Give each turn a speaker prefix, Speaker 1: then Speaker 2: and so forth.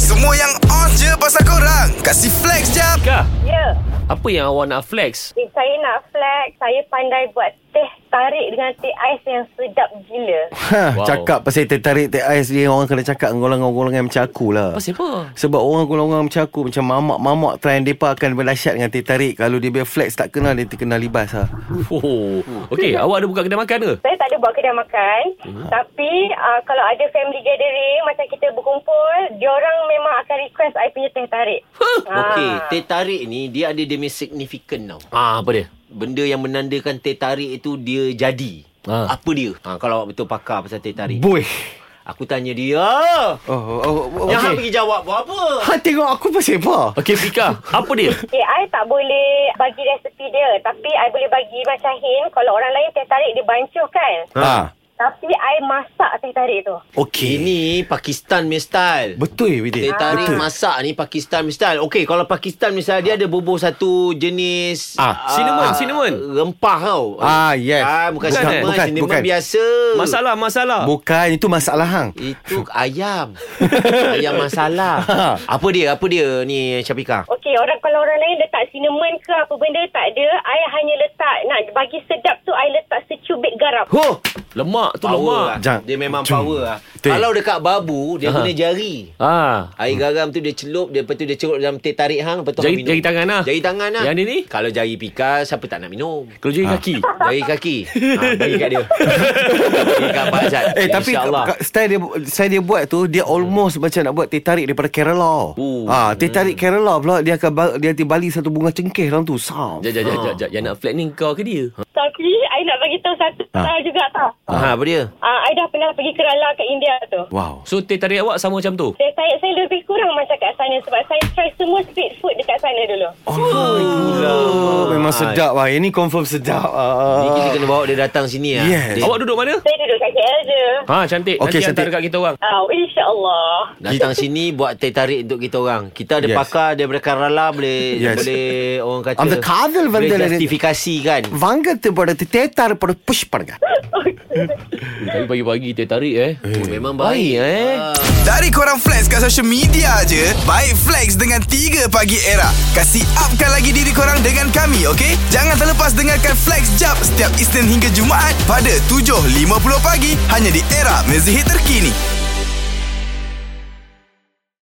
Speaker 1: Semua yang on je pasal korang Kasih flex jap
Speaker 2: Kak,
Speaker 3: Ya,
Speaker 2: apa yang awak nak flex?
Speaker 3: if saya nak flex, saya pandai buat teh tarik dengan teh ais yang sedap gila.
Speaker 2: Wow.
Speaker 4: Ha, wow. Cakap pasal teh tarik teh ais dia Orang kena cakap dengan golongan-golongan macam akulah
Speaker 2: Apa siapa?
Speaker 4: Sebab orang-orang macam aku Macam mamak-mamak Trend mereka akan berdahsyat dengan teh tarik Kalau dia punya flex tak kenal Dia terkena libas lah
Speaker 2: Oh. Okey, awak ada buka kedai makan ke?
Speaker 3: Saya tak ada buat kedai makan, tapi uh, kalau ada family gathering, macam kita berkumpul, diorang memang akan request I punya teh tarik.
Speaker 5: Okey, teh tarik ni dia ada dia punya signifikan tau.
Speaker 2: Ah, apa dia?
Speaker 5: Benda yang menandakan teh tarik itu dia jadi.
Speaker 2: Ha.
Speaker 5: Apa dia? Ha, kalau awak betul pakar pasal teh tarik.
Speaker 4: Boy
Speaker 5: Aku tanya dia.
Speaker 4: Oh, oh, oh
Speaker 5: Okay. Yang hang
Speaker 4: okay.
Speaker 5: pergi jawab buat apa?
Speaker 4: Ha tengok aku pasal apa
Speaker 2: Okey, Fika, apa dia?
Speaker 3: Okay, I tak boleh bagi resepi dia, tapi I boleh bagi macam hin. Kalau orang lain teh tarik dia bancuh kan?
Speaker 4: Ha
Speaker 3: Tapi I masak teh tarik tu.
Speaker 4: Okay Ini
Speaker 5: Ini Pakistan punya style.
Speaker 4: Betul
Speaker 5: Teh
Speaker 4: Bidik
Speaker 5: tarik
Speaker 4: Betul Ha.
Speaker 5: masak ni Pakistan punya style. Okey, kalau Pakistan misalnya dia ada bubur satu jenis
Speaker 4: Ah,
Speaker 2: cinnamon, cinnamon.
Speaker 5: Rempah tau.
Speaker 4: Ah, yes.
Speaker 5: Ah,
Speaker 4: Bukan,
Speaker 5: bukan, cinnamon,
Speaker 4: bukan,
Speaker 5: cinnamon
Speaker 4: bukan.
Speaker 5: biasa.
Speaker 2: Masalah, masalah.
Speaker 4: Bukan itu masalah hang
Speaker 5: Itu ayam. ayam masalah. Apa dia? Apa dia ni Syafika?
Speaker 3: Okey, orang kalau orang lain letak cinnamon ke apa benda tak ada, I hanya letak nak bagi sedap tu I letak secubit garam.
Speaker 2: Ho, lemak tu
Speaker 5: Power lah.
Speaker 2: lemak.
Speaker 4: Jang.
Speaker 5: Dia memang
Speaker 4: Jung.
Speaker 5: power lah.
Speaker 4: Teh.
Speaker 5: Kalau dekat babu, dia
Speaker 2: Aha.
Speaker 5: guna jari.
Speaker 2: Ah.
Speaker 5: Air garam tu dia celup, dia- lepas tu dia celup dalam teh tarik hang, lepas tu
Speaker 2: Jari-
Speaker 5: hang minum.
Speaker 2: jari tangan lah.
Speaker 5: Jari tangan lah.
Speaker 2: Yang dia ni?
Speaker 5: Kalau jari pika, siapa tak nak minum? Ha.
Speaker 2: Kalau jadi kaki.
Speaker 5: Jari kaki. ha, bagi kat dia. bagi kat Pak Azad.
Speaker 4: Eh tapi
Speaker 5: InsyaAllah.
Speaker 4: ka- style dia style dia buat tu dia almost macam nak buat teh tarik daripada Kerala.
Speaker 5: Oh.
Speaker 4: Ah teh tarik Kerala pula dia akan ba- dia tiba balik satu bunga cengkeh dalam tu. Sam.
Speaker 2: Jap, jap, jap, jap, jap. Yang nak flex ni kau ke dia?
Speaker 3: Tapi I nak bagi tahu satu
Speaker 4: Ha.
Speaker 3: ha. juga tau.
Speaker 5: Ha, apa dia?
Speaker 3: Uh, I dah pernah pergi Kerala kat India tu.
Speaker 4: Wow.
Speaker 2: So, teh tarik awak sama macam tu?
Speaker 3: Saya, saya, saya lebih kurang macam kat sana sebab saya try semua street food dekat sana dulu.
Speaker 4: Oh, memang sedap lah. Ini confirm sedap.
Speaker 5: Ni kita
Speaker 4: Ah.
Speaker 5: kena bawa dia datang sini lah.
Speaker 4: Yes.
Speaker 5: Dia,
Speaker 2: Awak duduk mana?
Speaker 3: Saya duduk kat KL je.
Speaker 2: Ha, Eh. cantik.
Speaker 4: Okey,
Speaker 2: Nanti hantar
Speaker 4: cantik.
Speaker 2: dekat kita orang.
Speaker 3: Uh, InsyaAllah.
Speaker 5: Datang sini buat teh tarik untuk kita orang. Kita ada
Speaker 4: Yes.
Speaker 5: pakar daripada Kerala boleh
Speaker 4: Yes.
Speaker 5: boleh orang kata
Speaker 4: Am the Kadal
Speaker 5: boleh
Speaker 4: Vandal-
Speaker 5: justifikasi kan.
Speaker 4: வாங்கத்து படத்து தேத்தாறு பட புஷ் பண்ணுங்க
Speaker 2: Tapi pagi-pagi teh tarik eh.
Speaker 5: Memang
Speaker 4: Oh,
Speaker 2: Baik
Speaker 5: baik.
Speaker 2: eh.
Speaker 1: Dari korang flex kat social media je Baik flex dengan 3 pagi era Kasih upkan lagi diri korang dengan kami okay? Jangan terlepas dengarkan flex jap Setiap Isnin hingga Jumaat Pada 7.50 pagi Hanya di era mezihit terkini